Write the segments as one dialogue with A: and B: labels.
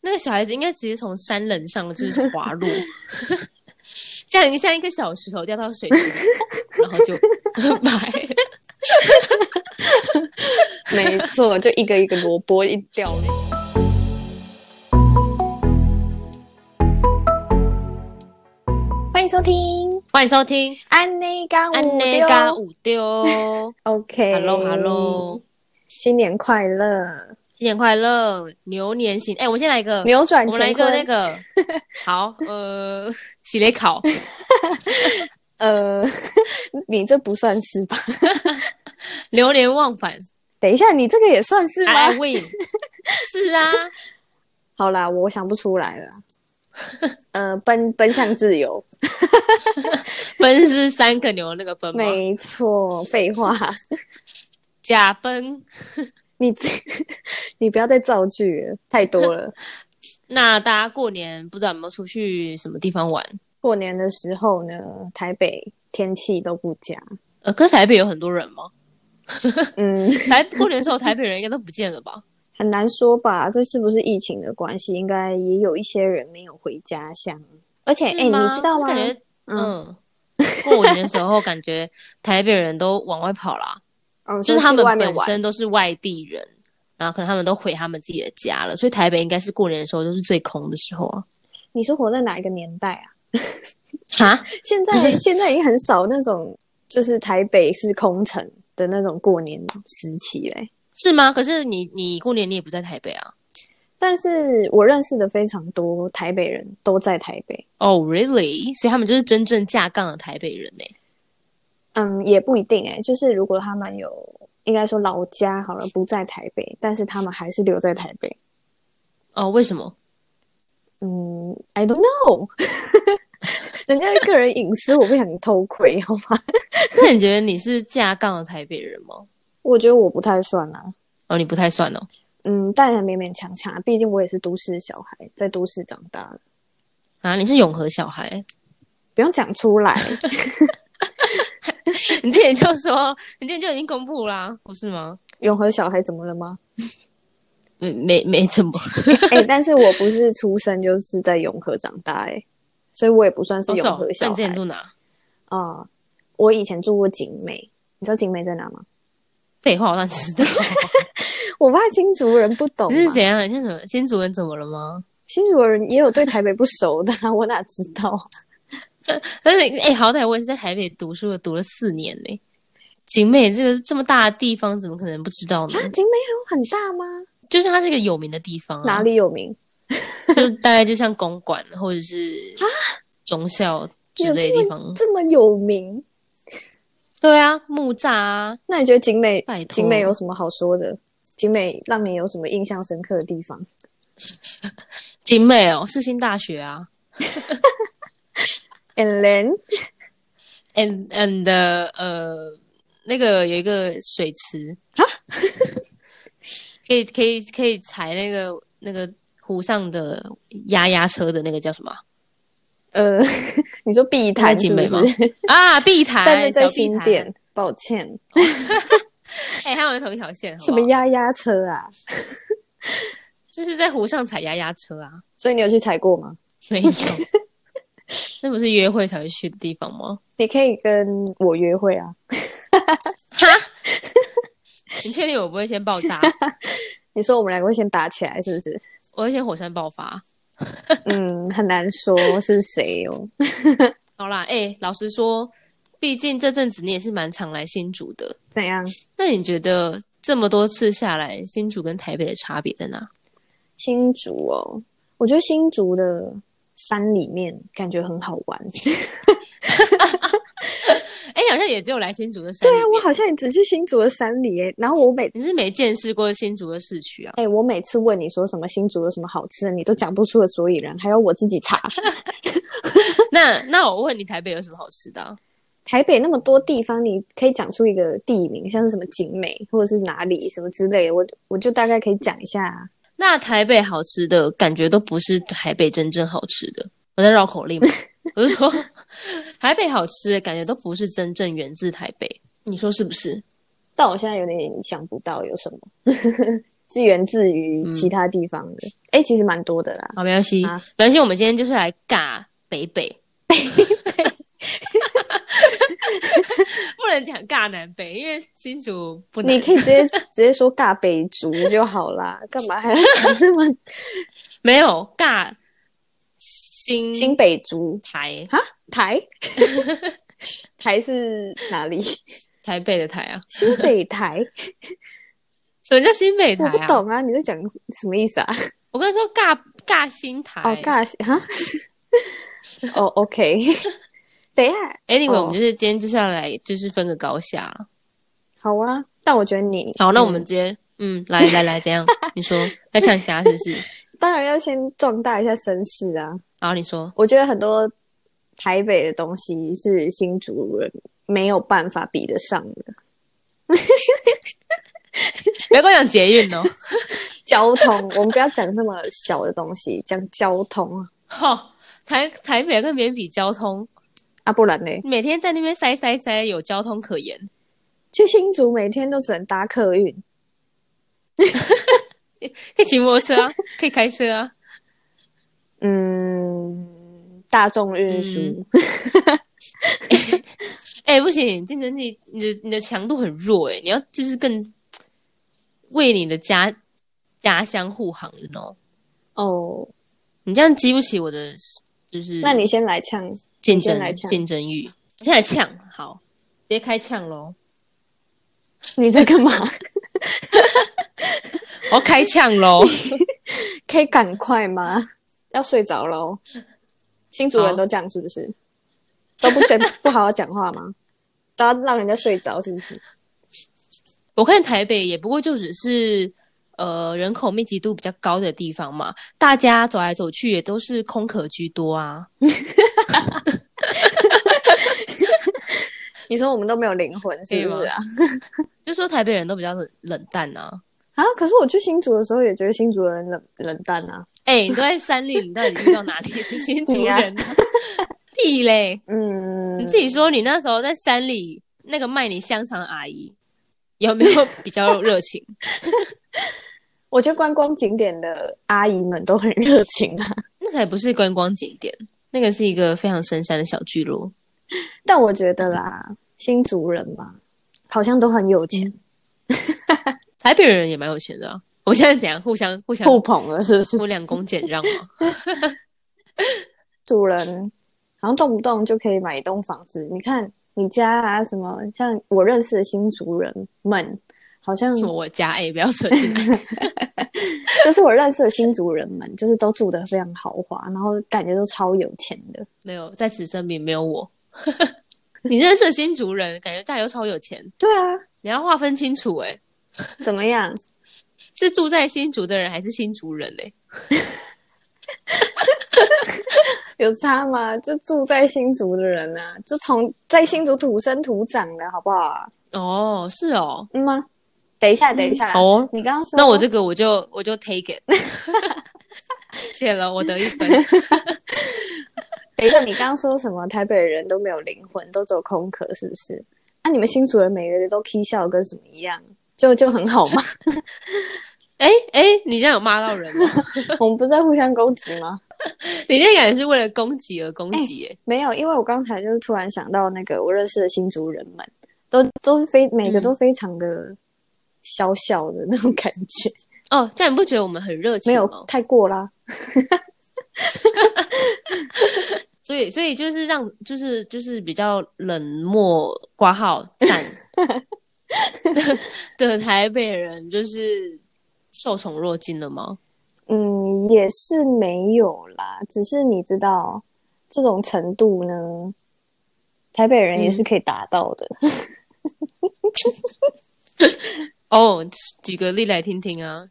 A: 个小孩子应该直接从山棱上 就是滑落， 像一像一个小石头掉到水 池里，然后就 白。
B: 没错，就一个一个萝卜一掉。欢迎收听
A: 欢迎收听《
B: 安内干
A: 安内
B: 哦
A: 嘎五丢》，Hello
B: 哎，OK，Hello，Hello，
A: Hello，
B: 新年快乐，
A: 新年快乐，牛年行。哎、我先来一个，
B: 扭转
A: 我们来一
B: 乾
A: 个那
B: 坤。
A: 个， 好，呃，洗雷考，
B: 呃， 你这不算是吧？
A: 流连忘返
B: 等一下，你这个也算 是吗？
A: ，I win，是啊，
B: 好啦，我想不出来了。 呃，奔奔向自由，
A: 奔是三个牛那个奔吗？
B: 没错，废话，
A: 假奔。
B: 你这 你不要再造句了，太多了。
A: 那大家过年不知道有没有出去什么地方玩？
B: 过年的时候呢，台北天气都不佳，
A: 呃，可是台北有很多人 吗？
B: 嗯，
A: 台过年的时候，台北人应该都不见了吧？
B: 很难说吧。这次不是疫情的关系，应该也有一些人没有回家乡。而且，哎、
A: 是吗
B: 你知道
A: 是
B: 吗？
A: 感觉
B: 嗯，
A: 嗯，过年的时候感觉台北人都往外跑啦，
B: 哦
A: 就是他
B: 去
A: 们
B: 外面
A: 本
B: 玩，
A: 身都是外地人，然后可能他们都回他们自己的家了，所以台北应该是过年的时候就是最空的时候啊。
B: 你是活在哪一个年代啊？
A: 哈，
B: 现 在现在已经很少那种，就是台北是空城的那种过年时期嘞。
A: 是吗？可是你你过年你也不在台北啊？
B: 但是我认识的非常多台北人都在台北，
A: 哦、r e a l l y 所以他们就是真正架杠的台北人呢、
B: 嗯，也不一定哎、就是如果他们有应该说老家好了不在台北，但是他们还是留在台北。
A: 哦、为什么？
B: 嗯，I don't know，人家的个人隐私我不想偷窥，好吗？
A: 那你觉得你是架杠的台北人吗？
B: 我觉得我不太算啊，
A: 哦，你不太算哦。
B: 嗯，但勉勉强强，毕竟我也是都市小孩，在都市长大的，
A: 啊，你是永和小孩，
B: 不用讲出来。
A: 你之前就说，你之前就已经公布啦、不是吗？
B: 永和小孩怎么了吗？
A: 没嗯没没怎么，
B: 哎、但是我不是出生就是在永和长大、哎，所以我也不算是
A: 哦是
B: 永
A: 哦
B: 和
A: 那
B: 小
A: 你之
B: 孩
A: 前住哪？
B: 啊、我以前住过景美，你知道景美在哪吗？
A: 废话，我当然知道。
B: 我怕新竹人不 懂
A: 你是
B: 嘛，
A: 怎样？你是怎么？新主人怎么了吗？
B: 新竹人也有对台北不熟的啊、我哪知道 啊？
A: 但是，哎、好歹我也是在台北读书的，读了四年呢、景美这个这么大的地方，怎么可能不知道呢？
B: 啊景美有很大吗？
A: 就是它是一个有名的地方、啊，
B: 哪？里有名？
A: 就是大概就像公馆或者是中校之类的地方。
B: 这么有名？
A: 对啊，木栅啊，
B: 那你觉得景美
A: 拜托
B: 景美有什么好说的？景美让你有什么印象深刻的地方？
A: 景美哦，世新大学啊
B: And then，
A: ，and and 呃，那个有一个水池
B: 啊，
A: 可以可以可以踩那个那个湖上的压压车的那个叫什么啊
B: 呃， 你说碧
A: 那
B: 潭
A: 景
B: 是不
A: 美吗
B: 是？
A: 啊？碧潭，
B: 但是
A: 小
B: 在
A: 碧
B: 新
A: 潭，啊
B: 店，抱歉，
A: 哎、他们同一条线，
B: 什
A: 好不
B: 么
A: 好？
B: 压压车啊？
A: 就是在湖上踩压压车啊，
B: 所以你有去踩过吗？
A: 没 有，那不是约会才会去的地方吗？
B: 你可以跟我约会啊。
A: 哈，你确定我不会先爆 炸？
B: 你说我们两个会先打起来，是 不是？
A: 我会先火山爆发？
B: 嗯，很难说是谁哦。
A: 好啦，哎、老实说，毕竟这阵子你也是蛮常来新竹的，
B: 怎样？
A: 那你觉得这么多次下来，新竹跟台北的差别在哪？
B: 新竹哦，我觉得新竹的山里面感觉很好玩。
A: 哎、好像也只有来新竹的山
B: 对
A: 里
B: 啊
A: 面，，
B: 我好像也只去新竹的山里耶。然后我每
A: 你是没见识过新竹的市区 啊？
B: 哎、我每次问你说什么新竹有什么好吃的，你都讲不出个所以然，还要我自己查。
A: 那那啊我问你，台北有什么好吃的啊、
B: 台北那么多地方，你可以讲出一个地名，像是什么景美或者是哪里什么之类的，我我就大概可以讲一下啊。
A: 那台北好吃的感觉都不是台北真正好吃的，我在绕口 令嘛，我是说台北好吃的感觉都不是真正源自台北，你说是不是？
B: 但我现在有点想不到有什么。 是源自于其他地方的。哎、其实蛮多的啦。
A: 好，没关系，
B: 啊
A: 没关系。我们今天就是来尬北北， 不能讲尬南北，因为新竹不能。
B: 你可以直接直接说尬北族就好啦，干嘛还要讲这 么
A: 没有尬新
B: 新北族
A: 台
B: 啊？台 台是哪里？
A: 台北的台啊？
B: 新北台？
A: 什么叫新北台
B: 我
A: 啊？
B: 不懂啊，你在讲什么意思啊？
A: 我跟你说尬尬新台。
B: 哦，尬哈？ 哦，OK，等一下，
A: Anyway，、
B: 哦
A: 我们就是今天就是要来就是分个高下了。
B: 好啊。但我觉得你
A: 好，那我
B: 嗯
A: 们直接嗯，来来来， 怎样？你说来抢侠是不是？
B: 当然要先壮大一下声势啊。
A: 好，你说
B: 我觉得很多台北的东西是新竹人没有办法比得上的，
A: 不要跟我讲捷运哦。
B: 交通。我们不要讲这么小的东西，讲交通
A: 吼，台台北跟别人比交通，
B: 啊，不然呢？
A: 每天在那边塞塞塞，有交通可言。
B: 去新竹每天都只能搭客运，
A: 可以骑摩托车啊，可以开车啊。
B: 嗯，大众运输。
A: 哎、不行，竞争力，你的你的强度很弱哎、你要就是更为你的家家乡护航，you know？
B: 哦，
A: 你这样激不起我的就是
B: 那你先来呛，
A: 竞
B: 你先来
A: 争
B: 呛
A: 竞争欲。你现在呛好，直接开呛 喽！
B: 你在干嘛？
A: 我要哦开呛喽！
B: 可以赶快吗？要睡着喽。新竹人都这样是不是？都不讲不好好讲话吗？ 都要让人家睡着是不是？
A: 我看台北也不过就只是呃人口密集度比较高的地方嘛，大家走来走去也都是空壳居多啊。
B: 你说我们都没有灵魂是不
A: 可
B: 是
A: 以
B: 啊？
A: 就说台北人都比较冷冷淡啊。
B: 啊！可是我去新竹的时候也觉得新竹人冷冷淡啊。
A: 哎、你都在山里，你到底遇到哪里是新竹人呢、 屁嘞！
B: 嗯，
A: 你自己说，你那时候在山里，那个卖你香肠的阿姨有没有比较热情？
B: 我觉得观光景点的阿姨们都很热情啊，
A: 那才不是观光景点，那个是一个非常深山的小聚落。
B: 但我觉得啦，新竹人嘛，好像都很有钱，
A: 台北人也蛮有钱的、啊，我们现在怎样互相互相
B: 互捧了是不是？
A: 互两公俭让嘛？
B: 主人好像动不动就可以买一栋房子。你看你家啊，什么像我认识的新族人们，好像
A: 什么我家哎、不要扯进来。
B: 就是我认识的新族人们， 就是都住得非常豪华，然后感觉都超有钱的。
A: 没有，在此声明没有我。 你认识的新竹人，感觉大家都超有钱，
B: 对啊，
A: 你要划分清楚哎、
B: 怎么样？
A: 是住在新竹的人还是新竹人嘞、
B: 有差吗？就住在新竹的人啊，就从在新竹土生土长的，好不好啊？
A: 哦，是哦，
B: 嗯吗？等一下，等一下，
A: 好哦，
B: 你刚刚说，
A: 那我这个我就我就 take it，谢了，我得一 分。
B: 等一下，你刚刚说什么？台北人都没有灵魂，都只有空壳，是不是？那、你们新主人每个人都 k 笑跟什么一样，就就很好嘛。
A: 哎哎，你这样有骂到人吗？
B: 我们不是在互相攻击吗？
A: 你这感觉是为了攻击而攻击耶、
B: 没有，因为我刚才就是突然想到那个我认识的新族人们，都都是非每个都非常的小小的那种感觉，
A: 哦，这样你不觉得我们很热
B: 没
A: 情哦
B: 有
A: 吗？
B: 太过啦。
A: 所以所以就是让就是就是比较冷漠挂号淡 的台北人，就是受宠若惊了吗？
B: 嗯，也是没有啦，只是你知道这种程度呢，台北人也是可以达到的。
A: 哦，举个例来听听啊。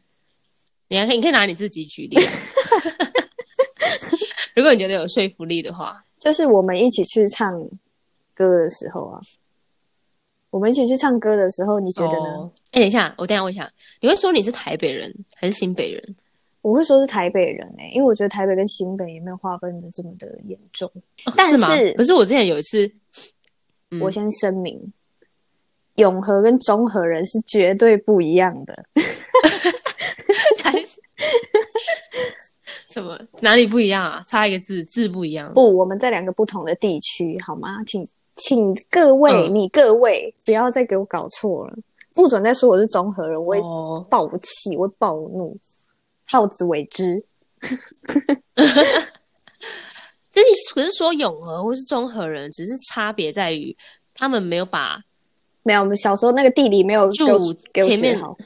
A: 你还可以，你可以拿你自己举例 啊、如果你觉得有说服力的话，
B: 就是我们一起去唱歌的时候啊，我们一起去唱歌的时候，你觉得呢？
A: 哦哎、等一下，我等一下问一下，你会说你是台北人还是新北人？
B: 我会说是台北人哎、因为我觉得台北跟新北也没有划分的这么的严重。但
A: 是吗
B: 是
A: 可是我之前有一次，嗯
B: 我先声明，永和跟中和人是绝对不一样的。
A: 才是 什么哪里不一样啊？差一个字，字不一样。
B: 不，我们在两个不同的地区，好吗？请请各位，
A: 嗯
B: 你各位不要再给我搞错了，不准再说我是中和人，我会
A: 哦，
B: 暴气，我会暴怒，好自为之。
A: 这你可是说永和或是中和人，只是差别在于他们没有把
B: 没有，我们小时候那个地理没有
A: 住
B: 给我给我
A: 前
B: 学
A: 面
B: 好，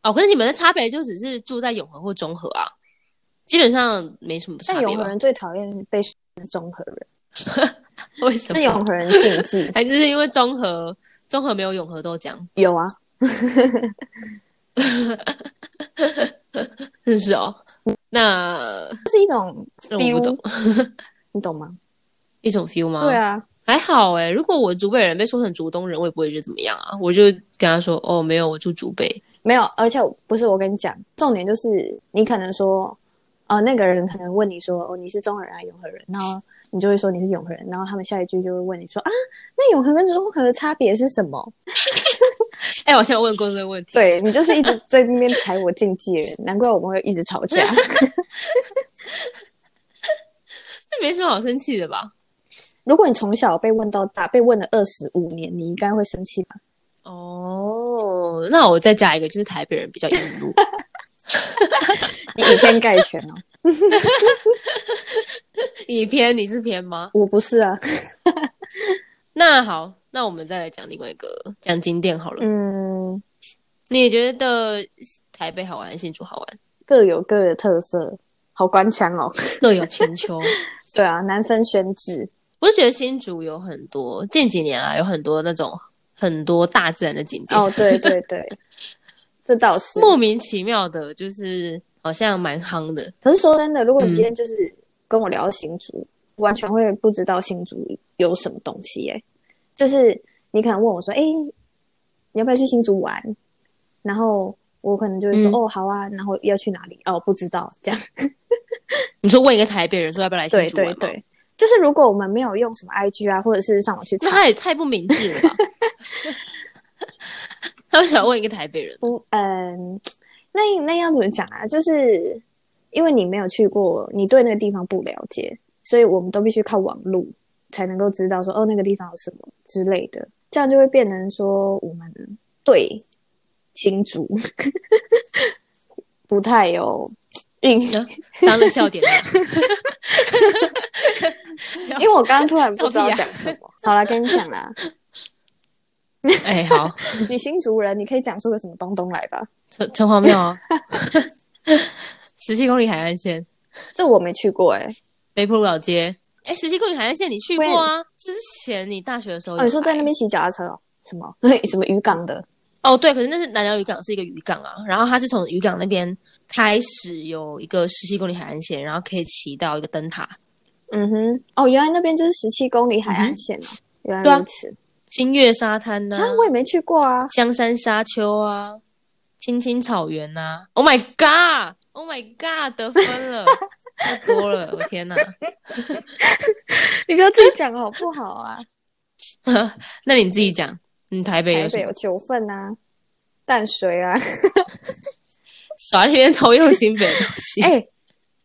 A: 哦，可是你们的差别就只是住在永和或中和啊，基本上没什么差
B: 但
A: 别
B: 永和
A: 吧？
B: 人最讨厌被说是中和人，
A: 为什
B: 是
A: 么？
B: 永和人禁忌。
A: 还是因为中和中和没有永和豆浆？
B: 有啊，
A: 真是哦。那
B: 是一种
A: 那我不
B: feel，
A: 懂嗯
B: 你懂吗？
A: 一种 feel 吗？
B: 对，啊，
A: 还好哎、如果我竹北人被说成竹东人，我也不会觉得怎么样啊。我就跟他说哦，没有，我住竹北。
B: 没有，而且我不是我跟你讲，重点就是你可能说，呃，那个人可能问你说，哦，你是中和人还是永和人？然后你就会说你是永和人，然后他们下一句就会问你说，啊，那永和跟中和的差别是什么？
A: 哎、我现在问过这个问题，
B: 对你就是一 直在那边踩我禁忌的人，难怪我们会一直吵架。
A: 这没什么好生气的吧？
B: 如果你从小被问到大，被问了二十五年，你应该会生气吧？
A: 哦，那我再加一个，就是台北人比较易怒。
B: 你以偏概全哦，
A: 你偏你是偏吗？
B: 我不是啊。
A: 那好，那我们再来讲另外一个，讲景点好了。
B: 嗯，
A: 你觉得台北好玩还是新竹好玩？
B: 各有各的特色，好官腔哦。
A: 各有千秋。
B: 对啊，难分轩轾。
A: 我是觉得新竹有很多，近几年啊有很多那种很多大自然的景点，
B: 哦，对对 对，这倒是。
A: 莫名其妙的，就是好像蛮夯的。
B: 可是说真的，如果你
A: 嗯
B: 今天就是跟我聊新竹，完全会不知道新竹有什么东西耶、就是你可能问我说：“哎、你要不要去新竹玩？”然后我可能就会说：“
A: 嗯
B: 哦，好啊。”然后要去哪里？哦，不知道。这样，
A: 你说问一个台北人说要不要来新
B: 对
A: 竹玩
B: 对
A: 吗？
B: 对，就是如果我们没有用什么 IG 啊，或者是上网去
A: 这
B: 查，
A: 他也太不明智了吧？他为什么要问一个台北人？
B: 不，嗯，那那要怎么讲啊？就是因为你没有去过，你对那个地方不了解，所以我们都必须靠网路才能够知道说，哦，那个地方有什么之类的。这样就会变成说，我们对新竹 不太有印象，
A: 啊当了笑点啊吗？
B: 因为我刚刚突然不知道
A: 笑屁啊
B: 讲什么。 好啦，跟你讲啦，
A: 哎，好，
B: 你新竹人，你可以讲出个什么东东来吧？
A: 城城隍庙啊，十七公里海岸线，
B: 这我没去过哎、
A: 北浦老街。哎，十七公里海岸线你去过啊？之前你大学的时候有
B: 哦，
A: 来、
B: 你说在那边骑脚踏车哦？什么 什么渔港的？
A: 哦，对，可是那是南寮渔港是一个渔港啊，然后它是从渔港那边开始有一个十七公里海岸线，然后可以骑到一个灯塔
B: 嗯哼，哦，原来那边就是十七公里海岸线哦，原
A: 对
B: 来
A: 啊
B: 如此。
A: 金月沙滩呐、
B: 啊，我也没去过啊，
A: 香山沙丘啊，青青草原呐、啊。Oh my god！Oh my god！得分了，太多了，我天哪！
B: 你不要自己讲好不好 啊？
A: 那你自己讲，你台北有
B: 台
A: 什
B: 北
A: 么
B: 有？九份啊，淡水啊，
A: 少在那边偷用新北的东西。
B: 哎、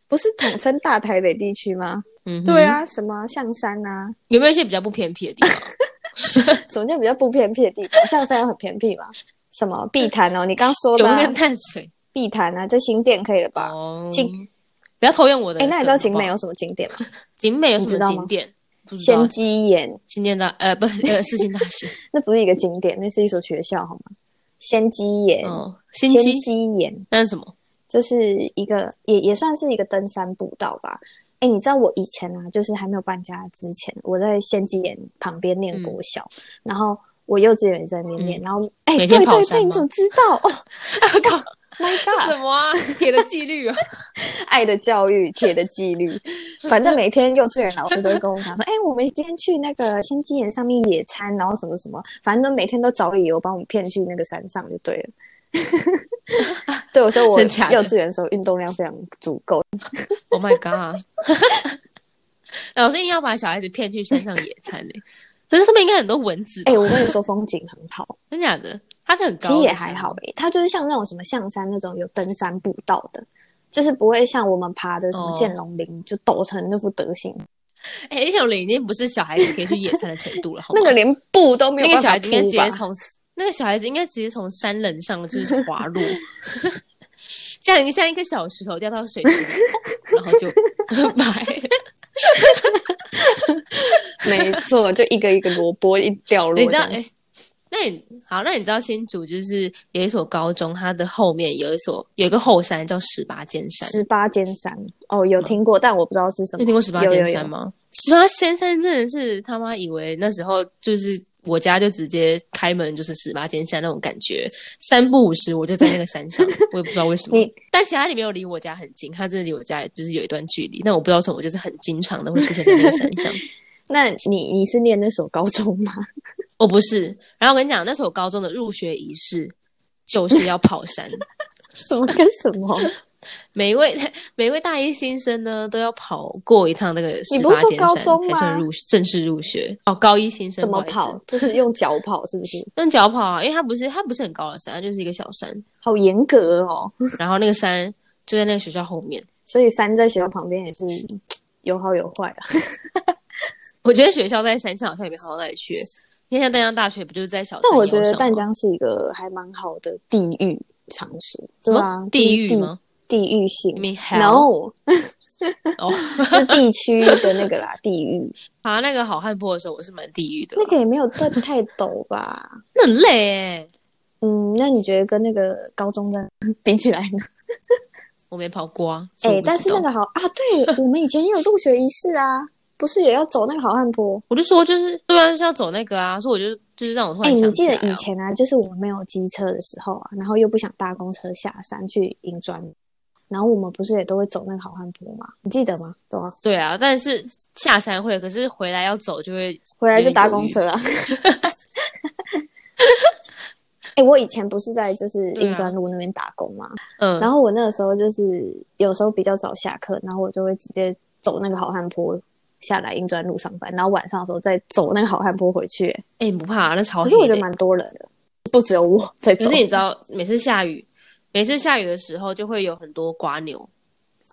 B: 不是统称大台北地区吗？
A: 嗯，
B: 对，啊，什么象山啊，
A: 有没有一些比较不偏僻的地方？
B: 什么叫比较不偏僻的地方？象山有很偏僻吗？什么碧潭哦，你刚说
A: 九
B: 的、
A: 份
B: 啊
A: 跟、淡水
B: 碧潭啊，在新店可以了吧？
A: 哦
B: 景，
A: 不要偷用我的
B: 哎、
A: 梗。
B: 那你知道景美
A: 好
B: 有什么景点吗？
A: 不好？景美有什
B: 你知
A: 么
B: 道吗
A: 景点？不知道
B: 仙鸡岩，
A: 新建大呃不是 呃世新大学
B: 那不是一个景点，那是一所学校好吗？仙鸡岩，
A: 哦，新
B: 仙
A: 基
B: 鸡岩，
A: 那是什 么？
B: 这是一个也也算是一个登山步道吧。哎，你知道我以前啊，就是还没有搬家之前，我在仙鸡岩旁边念
A: 嗯
B: 国小，然后我幼稚园也在那边念，然后哎，
A: 每
B: 对
A: 天
B: 对
A: 跑山吗
B: 对，你怎么知道？ 哦
A: 我靠，
B: ，My
A: 这
B: God，
A: 什么啊？铁的纪律啊！
B: 爱的教育，铁的纪律。反正每天幼稚园老师都会跟我讲说，哎，我们今天去那个仙鸡岩上面野餐，然后什么什么，反正都每天都找理由把我们骗去那个山上就对了。 对，我说我
A: 真假的
B: 幼稚园的时候运动量非常足够，
A: Oh my god！老师硬要把小孩子骗去山上野餐呢、可是上面应该很多蚊子吧，
B: 哎哎、我跟你说，风景很好，
A: 真假的？它是很高的，
B: 其实也还好诶、它就是像那种什么象山那种有登山步道的，就是不会像我们爬的什么
A: 哦
B: 剑龙林、就陡成那副德行，
A: 是吗。哎、小林已经不是小孩子可以去野餐的程度了，好吗
B: 那个连步都没有
A: 那个
B: 办
A: 小
B: 法
A: 孩子
B: 铺
A: 应该直
B: 吧
A: 接从那个小孩子应该直接从山棱上就是滑落， 像一个像一个小石头掉到水池里， 然后 就白。
B: 没错，就一个一个萝卜一掉落这
A: 你知道
B: 样。
A: 哎、那你好，那你知道新竹就是有一所高中，它的后面有一所有一个后山叫十八尖山，
B: 十八尖山哦，有听过，但我不知道是什么。
A: 嗯你听过十八
B: 有
A: 尖
B: 有有
A: 山吗？十八尖山真的是他妈以为那时候就是我家就直接开门就是十八尖山那种感觉，三不五时我就在那个山上，我也不知道为什么
B: 你。
A: 但其他里没有离我家很近，它真的离我家也就是有一段距离，但我不知道为什么，我就是很经常的会出现在那个山上。
B: 那你你是念那所高中吗？
A: 我哦不是，然后我跟你讲，那时候高中的入学仪式就是要跑山。
B: 什么跟什 么？
A: 每一位 每一位大一新生呢，都要跑过一趟那个
B: 你
A: 十
B: 不是
A: 八
B: 说
A: 尖
B: 高
A: 山
B: 中
A: 才算
B: 吗
A: 入正式入学哦。高一新生
B: 怎么
A: 不好意思
B: 跑？就是用脚跑，是不是？
A: 用脚跑啊，因为它不是它不是很高的山，它就是一个小山，
B: 好严格哦。
A: 然后那个山就在那个学校后面。
B: 所以山在学校旁边也是有好有坏啊。
A: 我觉得学校在山上好像也没好到哪里去。你看像淡江大学不就是在小山
B: 但我
A: 腰
B: 觉得
A: 上
B: 淡
A: 吗
B: 江是一个还蛮好的地域常识，
A: 什
B: 对
A: 么
B: 啊，
A: 地域吗？
B: 地？地域性
A: You mean hell？
B: ？No，
A: 哦，
B: 是地区的那个啦，地域
A: 爬那个好汉坡的时候，我是蛮地狱的啦，
B: 那个也没有太太陡吧。
A: 那很累哎、
B: 嗯，那你觉得跟那个高中的 比起来呢？
A: 我没跑过啊。所
B: 哎、
A: 以我不
B: 但
A: 知
B: 是那
A: 道
B: 个好啊，对我们以前也有入学仪式啊，不是也要走那个好汉坡？
A: 我就说就是对啊，就是要走那个啊，所以我就就是让我突
B: 哎、
A: 然
B: 你
A: 想
B: 记
A: 起
B: 得
A: 来、
B: 以前啊，就是我们没有机车的时候啊，然后又不想搭公车下山去银砖，然后我们不是也都会走那个好汉坡吗？你记得吗？对啊，
A: 对啊，但是下山会，可是回来要走就会
B: 回来
A: 有
B: 就
A: 点
B: 搭
A: 犹
B: 公
A: 豫
B: 车 啊。哎、我以前不是在就是
A: 对啊
B: 银砖路那边打工吗？
A: 嗯，
B: 然后我那个时候就是有时候比较早下课，然后我就会直接走那个好汉坡下来英专路上班，然后晚上的时候再走那个好汉坡回去。
A: 哎、你不怕那潮
B: 可
A: 汐
B: 是我觉
A: 的
B: 得蛮多人的，不只有我在
A: 可
B: 走
A: 是。你知道，每次下雨，每次下雨的时候就会有很多瓜牛，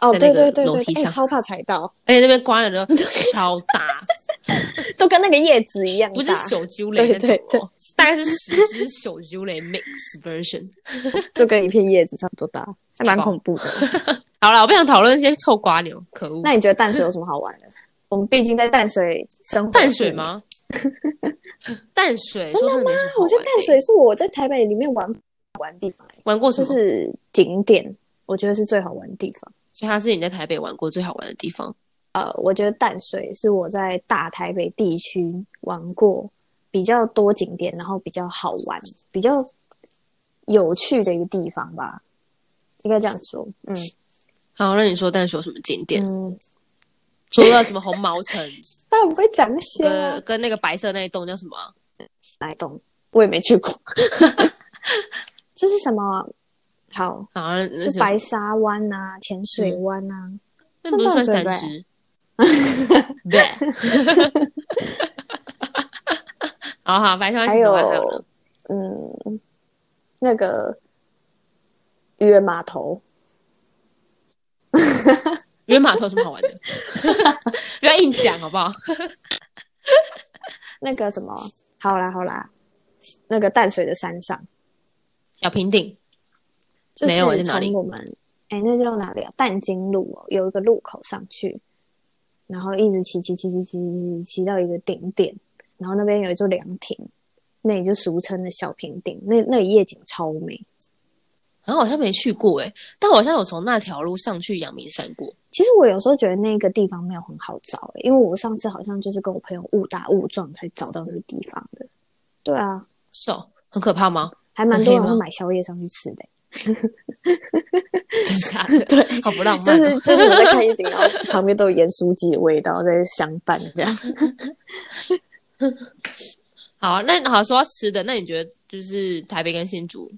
B: 哦，
A: 在
B: 对
A: 那个
B: 对对
A: 楼
B: 对
A: 梯
B: 对，哎
A: 上
B: 超怕踩到，
A: 而且那边瓜 牛都超大，
B: 都跟那个叶子一样大
A: 不是小揪雷那种、哦，
B: 对对对
A: 大概是十只小揪雷 mix version。
B: 就跟一片叶子差不多大，还蛮恐怖的。
A: 好了，我不想讨论那些臭瓜牛，可恶！
B: 那你觉得淡水有什么好玩的？我们毕竟在淡水生活，
A: 淡水？ 吗？淡水说真的没什么好
B: 我
A: 玩
B: 觉
A: 的、
B: 得淡水是我在台北里面玩玩地方、哎
A: 玩过什
B: 就
A: 么？
B: 是景点，我觉得是最好玩的地方。
A: 所以它是你在台北玩过最好玩的地方。
B: 呃，我觉得淡水是我在大台北地区玩过比较多景点，然后比较好玩、比较有趣的一个地方吧，应该这样说。嗯
A: 好，那你说淡水有什么景点？
B: 嗯，
A: 除了什么红毛城
B: 但我不会讲那 些啊
A: 跟跟那个白色那一栋叫什么啊？
B: 哪一栋，我也没去过。 就是什么啊好，
A: 好，那那
B: 就是白沙湾啊、浅水湾啊，
A: 那不是算
B: 算
A: 三
B: 淡水
A: 只？ 对。 好好，白川
B: 还
A: 青
B: 有
A: 还有呢
B: 嗯，那个渔人码头。
A: 渔人码头有什么好玩的？ 不要硬讲好不好？
B: 那个什么，好啦好啦，那个淡水的山上，
A: 小平顶
B: 就是
A: 没有啊在哪里
B: 从我们哎、那叫哪里啊？淡金路哦，有一个路口上去，然后一直骑骑骑骑骑骑骑到一个顶点，然后那边有一座凉亭，那也就俗称的小平顶，那那里夜景超美。
A: 然后好像没去过哎、但我好像有从那条路上去阳明山过。
B: 其实我有时候觉得那个地方没有很好找、欸，因为我上次好像就是跟我朋友误打误撞才找到那个地方的。对啊，
A: 是哦，很可怕吗？
B: 还蛮
A: 很
B: 多
A: 黑
B: 人会
A: 吗
B: 买宵夜上去吃的欸、
A: 真假的？ 对，好不浪漫、
B: 就
A: 哦。
B: 是就是我在看夜景，然后旁边都有盐酥鸡的味道在相伴这样。
A: 好，那好说到吃的，那你觉得就是台北跟新竹，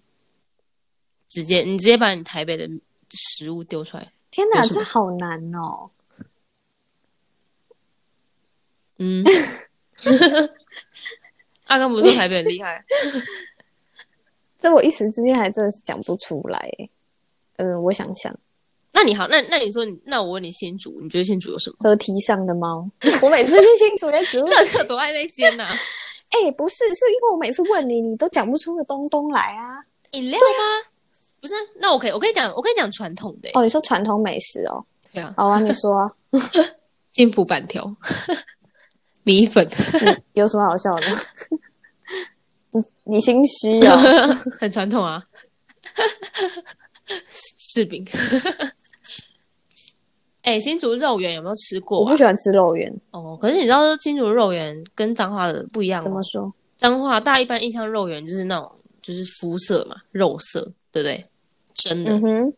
A: 直接你直接把你台北的食物丢出来，
B: 天哪，
A: 有什么
B: 这好难哦！
A: 嗯， 阿刚不是说台北很厉害，
B: 这我一时之间还真的是讲不出来欸。嗯，我想想，
A: 那你好，那那你说你，那我问你新竹，你觉得新竹有什么？
B: 河堤上的猫， 我每次去新竹也只会
A: 那是有多爱那间啊呐、
B: 哎、不是，是因为我每次问你，你都讲不出个东东来啊。
A: 饮料吗？不是，啊那我可以，我跟你讲，我跟你讲传统的、欸，
B: 哦，你说传统美食哦，
A: 对啊，
B: 好啊，你说、啊，
A: 金浦板条、米粉，
B: 你有什么好笑的？ 你你心虚哦，
A: 很传统啊，柿饼。哎、新竹肉圆有没有吃
B: 我
A: 过啊、
B: 不喜欢吃肉圆，
A: 哦，可是你知道新竹肉圆跟彰化的不一样
B: 怎
A: 哦
B: 么。说？
A: 彰化大家一般印象肉圆就是那种就是肤色嘛，肉色，对不对？真的，
B: 嗯哼，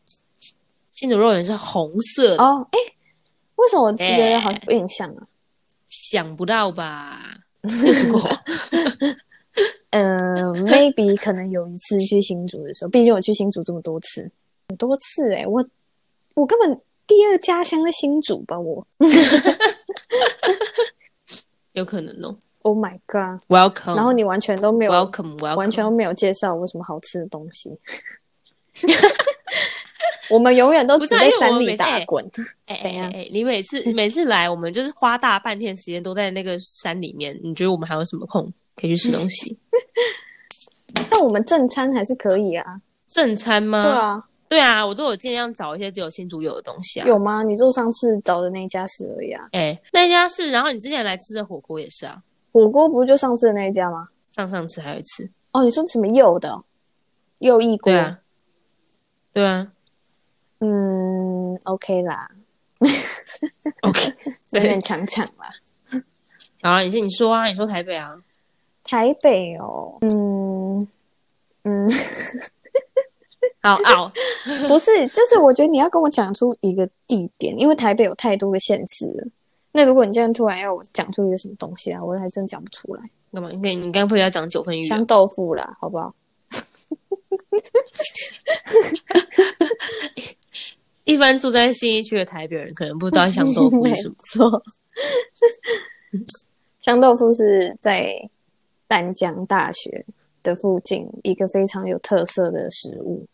A: 新竹肉圆是红色的，
B: 哦，哎、为什么我觉得好像有印象啊？
A: 想不到吧？没有吃 过，
B: 嗯、m a y b e 可能有一次去新竹的时候，毕竟我去新竹这么多次，很多次哎、我我根本第二家乡在新竹吧，我
A: 有可能哦。
B: ，Oh my god！
A: Welcome，
B: 然后你完全都没有
A: Welcome Welcome，
B: 完全都没有介绍我什么好吃的东 西。我们永远都只在山里打滚，
A: 哎
B: 怎样嗯
A: 哎哎，你每次每次来，我们就是花大半天时间都在那个山里面。你觉得我们还有什么空可以去吃
B: 嗯
A: 东西？
B: 但我们正餐还是可以啊。
A: 正餐吗？
B: 对，啊，
A: 对啊，我都有尽量找一些只有新竹有的东西啊。
B: 有吗？你就上次找的那一家是而已啊。
A: 哎、那家是，然后你之前来吃的火锅也是啊，
B: 火锅不就上次的那一家吗？
A: 上上次还有一次，
B: 哦，你说什么柚的哦，柚一锅
A: 对？啊， 对啊
B: 嗯，OK 啦，
A: ，OK，
B: 勉
A: 对
B: 勉，强强啦。
A: 好啊，你先你说啊，你说台北啊，
B: 台北哦，嗯嗯，
A: 好啊，
B: 不是，就是我觉得你要跟我讲出一个地点，因为台北有太多个县市了。那如果你这样突然要我讲出一个什么东西啊，我还真讲不出来。
A: 干嘛？你可以你刚不是要讲九份鱼啊？
B: 香豆腐啦，好不好？。
A: 一般住在信义区的台北人可能不知道香豆腐是什么
B: 错， 香豆腐是在淡江大学的附近一个非常有特色的食物。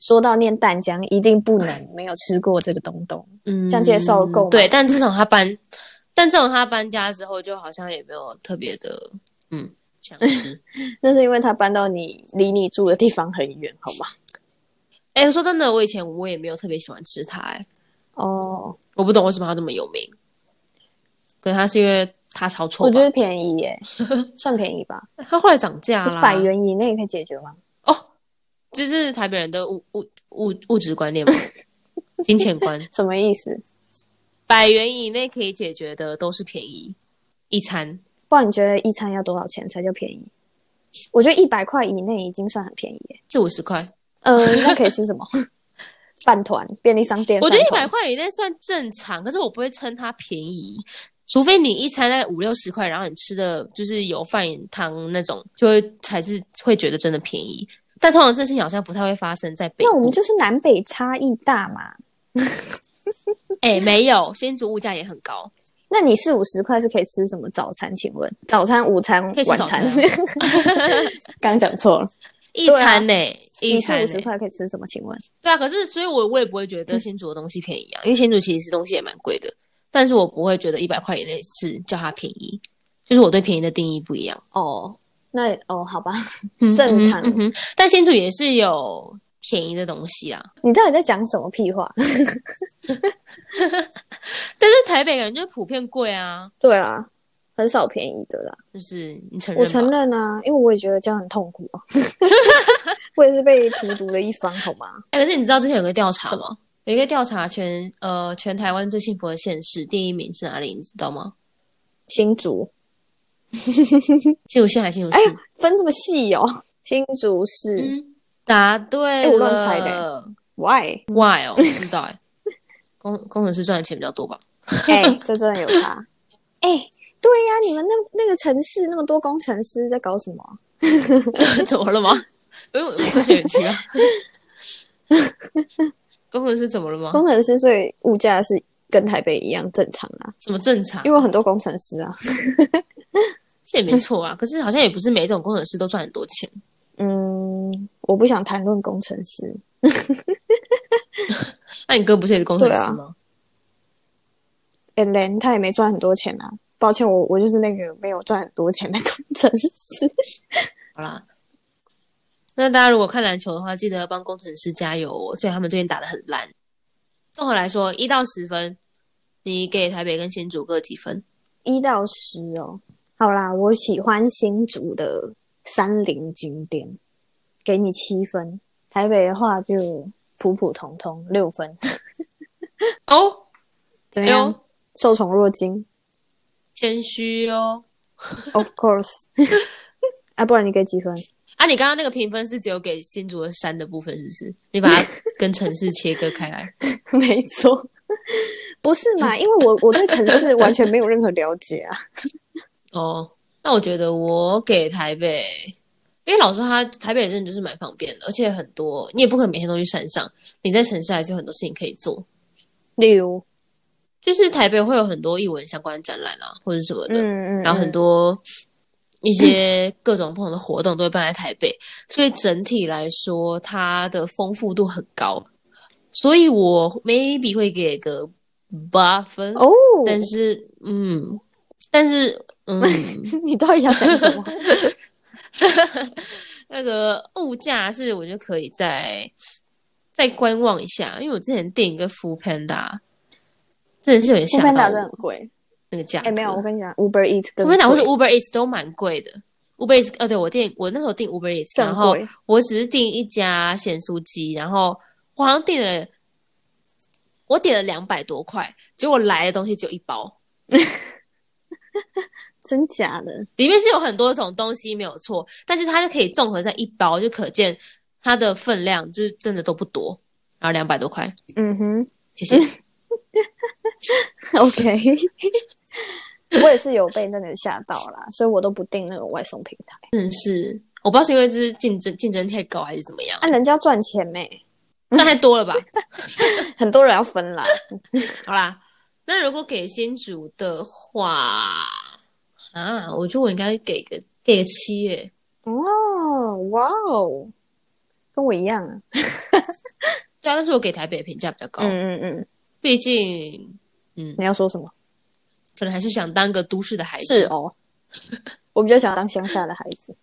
B: 说到念淡江，一定不能没有吃过这个东东。
A: 嗯，
B: 这样介绍够吗
A: 对，但自从他搬，但自从他搬家之后，就好像也没有特别的，嗯，想 吃。
B: 那是因为它搬到你离你住的地方很远，好吗？
A: 哎、说真的，我以前我也没有特别喜欢吃它、哎，
B: 哦，
A: 我不懂为什么它这么有名。可能它是因为它超臭吧，
B: 我觉得便宜 耶，算便宜吧，
A: 它后来涨价
B: 一
A: 啦。
B: 百元以内可以解决吗？
A: 哦，这是台北人的物物物物质观念吗？金钱 观，
B: 什么意思？
A: 百元以内可以解决的都是便宜一餐。
B: 不然你觉得一餐要多少钱才叫便宜？我觉得一百块以内已经算很便宜耶。
A: 四五十块，
B: 嗯、那可以吃什么？ 饭团、便利商店。
A: 我觉得一
B: 饭团
A: 百块以内算正常，可是我不会称它便宜，除非你一餐在五六十块，然后你吃的就是有饭汤那种，就会才是会觉得真的便宜。但通常这事情好像不太会发生在北
B: 那我们
A: 部。
B: 就是南北差异大嘛。
A: 哎、没有，新竹物价也很高，
B: 那你四五十块是可以吃什么早餐？请问早餐、午餐
A: 可以、吃
B: 晚
A: 早餐
B: 餐
A: 啊？
B: 刚讲错了。
A: 一
B: 对啊
A: 餐呢、一
B: 你四
A: 餐、欸
B: 五十
A: 呢。
B: 块可以嗯吃什么？请问
A: 对啊，可是所以我我也不会觉得新竹的东西便宜啊，因为新竹其实东西也蛮贵的，但是我不会觉得一百块以内是叫它便宜，就是我对便宜的定义不一样。
B: 哦，那哦，好吧，
A: 嗯
B: 正常
A: 嗯哼嗯哼但新竹也是有便宜的东西啊，
B: 你到底在讲什么屁话？
A: 但是台北感觉就普遍贵啊，
B: 对啊，很少便宜的啦。
A: 就是你承认吧
B: 我承认啊，因为我也觉得这样很痛苦啊， 我也是被荼毒的一方，好吗？
A: 哎、可是你知道之前有个调查吗？有一个调查全呃全台湾最幸福的县市第一名是哪里？你知道吗？
B: 新竹，
A: 新竹县还是新竹市？
B: 哎呀，分这么细哦，新竹市、
A: 嗯，答对了。
B: 哎我乱猜的 why？
A: Why 哦，不知道哎、工工程师赚的钱比较多吧？
B: 哎、 这真的有差。哎、对呀、你们那那个城市那么多工程师在搞什么啊？
A: 怎么了吗？因为我科学园区 啊。工程师怎么了吗？
B: 工程师所以物价是跟台北一样正常啊，
A: 怎么正常？
B: 因为有很多工程师啊。
A: 这也没错啊，可是好像也不是每一种工程师都赚很多钱。
B: 嗯，我不想谈论工程师，
A: 那你哥不是也是工程师吗？
B: and then 哎他也没赚很多钱啊。抱歉，我我就是那个没有赚很多钱的工程 师。
A: 好啦，那大家如果看篮球的话，记得要帮工程师加油哦。虽然他们最近打得很烂，综合来说，一到十分，你给台北跟新竹各几分？
B: 一到十哦，好啦，我喜欢新竹的山林景点，给你七分。台北的话就普普通通六分，
A: 哦，
B: 怎么样？
A: 哎呦
B: 受宠若惊
A: 谦虚哦。
B: ，Of course。啊，不然你给几 分？
A: 啊，你刚刚那个评分是只有给新竹的山的部分，是不是？你把它跟城市切割开来。
B: 没错，不是嘛？因为我我对城 市完全没有任何了解啊。
A: 哦，那我觉得我给台北，因为老实说它台北真的就是蛮方便的，而且很多你也不可能每天都去山上，你在城市还是有很多事情可以做。
B: 例如，
A: 就是台北会有很多艺文相关的展览啊，或者什么的，
B: 嗯嗯，
A: 然后很
B: 嗯
A: 多一些各种不同的活动都会办在台北，所以整体来说它的丰富度很高，所以我 maybe 会给个八分，
B: 哦，
A: 但是嗯，但是 嗯，
B: 你到底想讲什么？
A: 那个物价是我觉得可以再再观望一下，因为我之前订一个 f o o Panda，真的是有点
B: 富
A: 吓
B: 潘
A: 到
B: 达真的很
A: 我
B: 贵。
A: 那个价
B: 哎、
A: 格，
B: 没有，我跟你讲，Uber Eat 跟
A: Uber 或者 Uber Eats 都蛮贵的。Uber Eats，呃，对我订我那时候订 Uber Eats，然
B: 更
A: 后
B: 贵。
A: 我只是订一家咸酥鸡，然后我好像订了，我点了两百多块，结果来的东西只有一包，
B: 真假的？
A: 里面是有很多种东西没有错，但是它就可以综合在一包，就可见它的分量就是真的都不多，然后两百多块，
B: 嗯哼
A: 谢谢。
B: ，OK。我也是有被那个吓到啦，所以我都不订那个外送平台。
A: 真是，我不知道是因为这是竞争竞争太高还是怎么样，
B: 啊，人家赚钱没、
A: 那太多了 吧？
B: 很多人要分啦。
A: 好啦，那如果给新竹的话，啊，我觉得我应该给个给个七耶。
B: 哦，哇哦，跟我一样啊。
A: 对啊，但是我给台北的评价比较高，
B: 嗯嗯嗯，
A: 毕竟，嗯，
B: 你要说什么？
A: 可能还是想当个都市的孩子。
B: 是哦， 我比较想当乡下的孩子。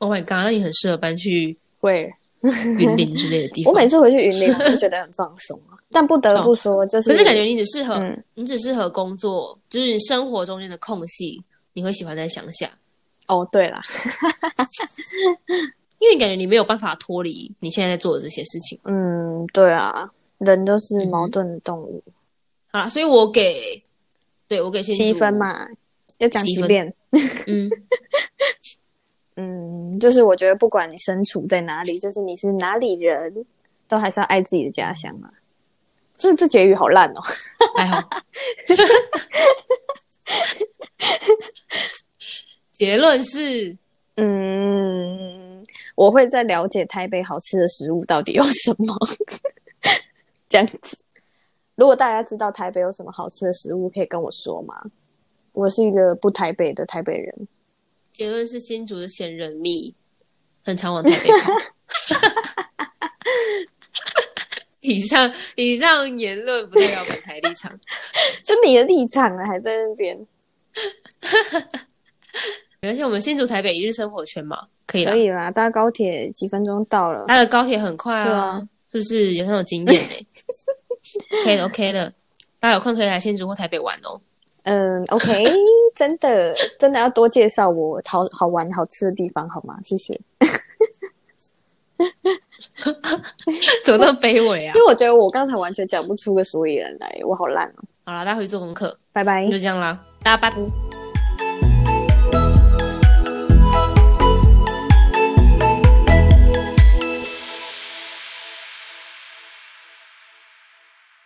A: ，Oh my god，那你很适合搬去
B: 会，
A: 云林之类的地方。哦
B: 我每次回去云林，我都觉得很放松啊。但不得不说，就是
A: 可是感觉你只适合、
B: 嗯
A: 你只适合工作，就是你生活中间的空隙，你会喜欢在乡下，
B: 哦，对啦，
A: 因为你感觉你没有办法脱离你现在在做的这些事情。
B: 嗯，对啊，人都是
A: 嗯
B: 矛盾的动物。
A: 好啦，所以我给，对我给新竹
B: 七分，嘛，要讲
A: 嗯七
B: 几
A: 分
B: 遍。
A: 嗯。
B: 嗯，就是我觉得不管你身处在哪里，就是你是哪里人，都还是要爱自己的家乡啊。这这结语好烂哦。
A: 还好。结论是，
B: 嗯，我会再了解台北好吃的食物到底有什么， 这样子。如果大家知道台北有什么好吃的食物，可以跟我说吗？我是一个不台北的台北人。
A: 结论是新竹的闲人蜜很常往台北跑。 以上以上言论不代表本台立场。
B: 就你的立场啊，还在那边
A: 没关系，我们新竹台北一日生活圈嘛，可以啦
B: 可。以啦，搭高铁几分钟到了。
A: 搭的高铁很快
B: 对
A: 啊
B: 啊，
A: 是不是也很有经验呢、 可以的，OK 的。大家有空可以来新竹或台北玩 哦。
B: 嗯，OK，真 的真的要多介绍我好好玩好吃的地方好吗？谢谢，
A: 怎么那么卑微啊
B: 因？为我觉得我刚才完全讲不出个所以然来，我好烂哦。
A: 好啦，大家回去做功课，
B: 拜拜
A: 就。这样啦，大家拜拜。